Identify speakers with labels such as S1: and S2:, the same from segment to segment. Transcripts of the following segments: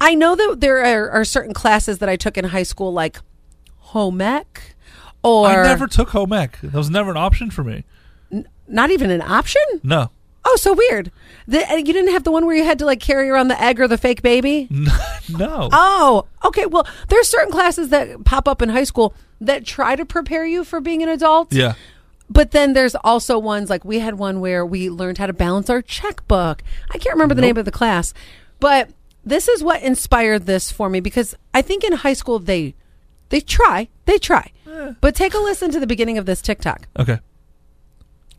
S1: I know that there are, are certain classes that I took in high school, like home ec, or
S2: I never took home ec. That was never an option for me.
S1: not even an option.
S2: No.
S1: Oh, so weird. The, and you didn't have the one where you had to like carry around the egg or the fake baby.
S2: No.
S1: Oh, okay. Well, there's certain classes that pop up in high school that try to prepare you for being an adult.
S2: yeah.
S1: But then there's also ones like we had one where we learned how to balance our checkbook. I can't remember the name of the class, but this is what inspired this for me because I think in high school they they try, they try. But take a listen to the beginning of this TikTok.
S2: Okay.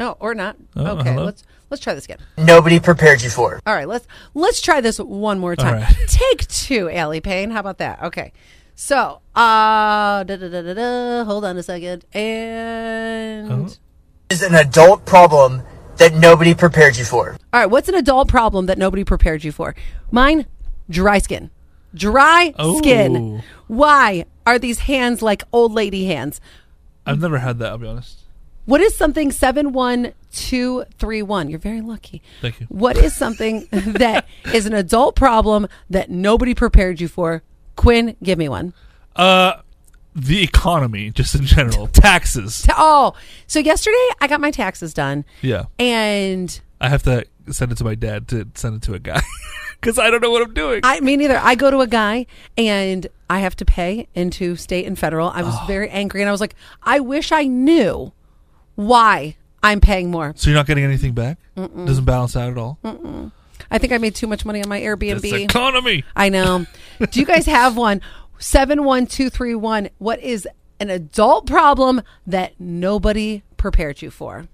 S1: Oh, or not.
S2: Oh,
S1: okay,
S2: hello.
S1: let's let's try this again.
S3: Nobody prepared you for.
S1: All right, let's let's try this one more time.
S2: right.
S1: Take two, Allie Payne. How about that? Okay. So, uh, da, da, da, da, da, hold on a second. And
S2: Oh.
S3: This is an adult problem that nobody prepared you for.
S1: All right, what's an adult problem that nobody prepared you for? Mine, dry skin. Dry
S2: Oh.
S1: skin. Why are these hands like old lady hands?
S2: I've never had that. I'll be honest.
S1: What is something 71231? You're very lucky.
S2: Thank you.
S1: What is something that is an adult problem that nobody prepared you for? Quinn, give me one.
S2: Uh, the economy, just in general, taxes.
S1: Oh, so yesterday I got my taxes done.
S2: Yeah.
S1: And
S2: I have to send it to my dad to send it to a guy because I don't know what I'm doing.
S1: I me neither. I go to a guy and I have to pay into state and federal. I was very angry and I was like, I wish I knew why I'm paying more.
S2: so you're not getting anything back. Doesn't balance out at all.
S1: I think I made too much money on my
S2: It's
S1: Airbnb.
S2: economy.
S1: I know. Do you guys have one? Seven one two three one. What is an adult problem that nobody prepared you for?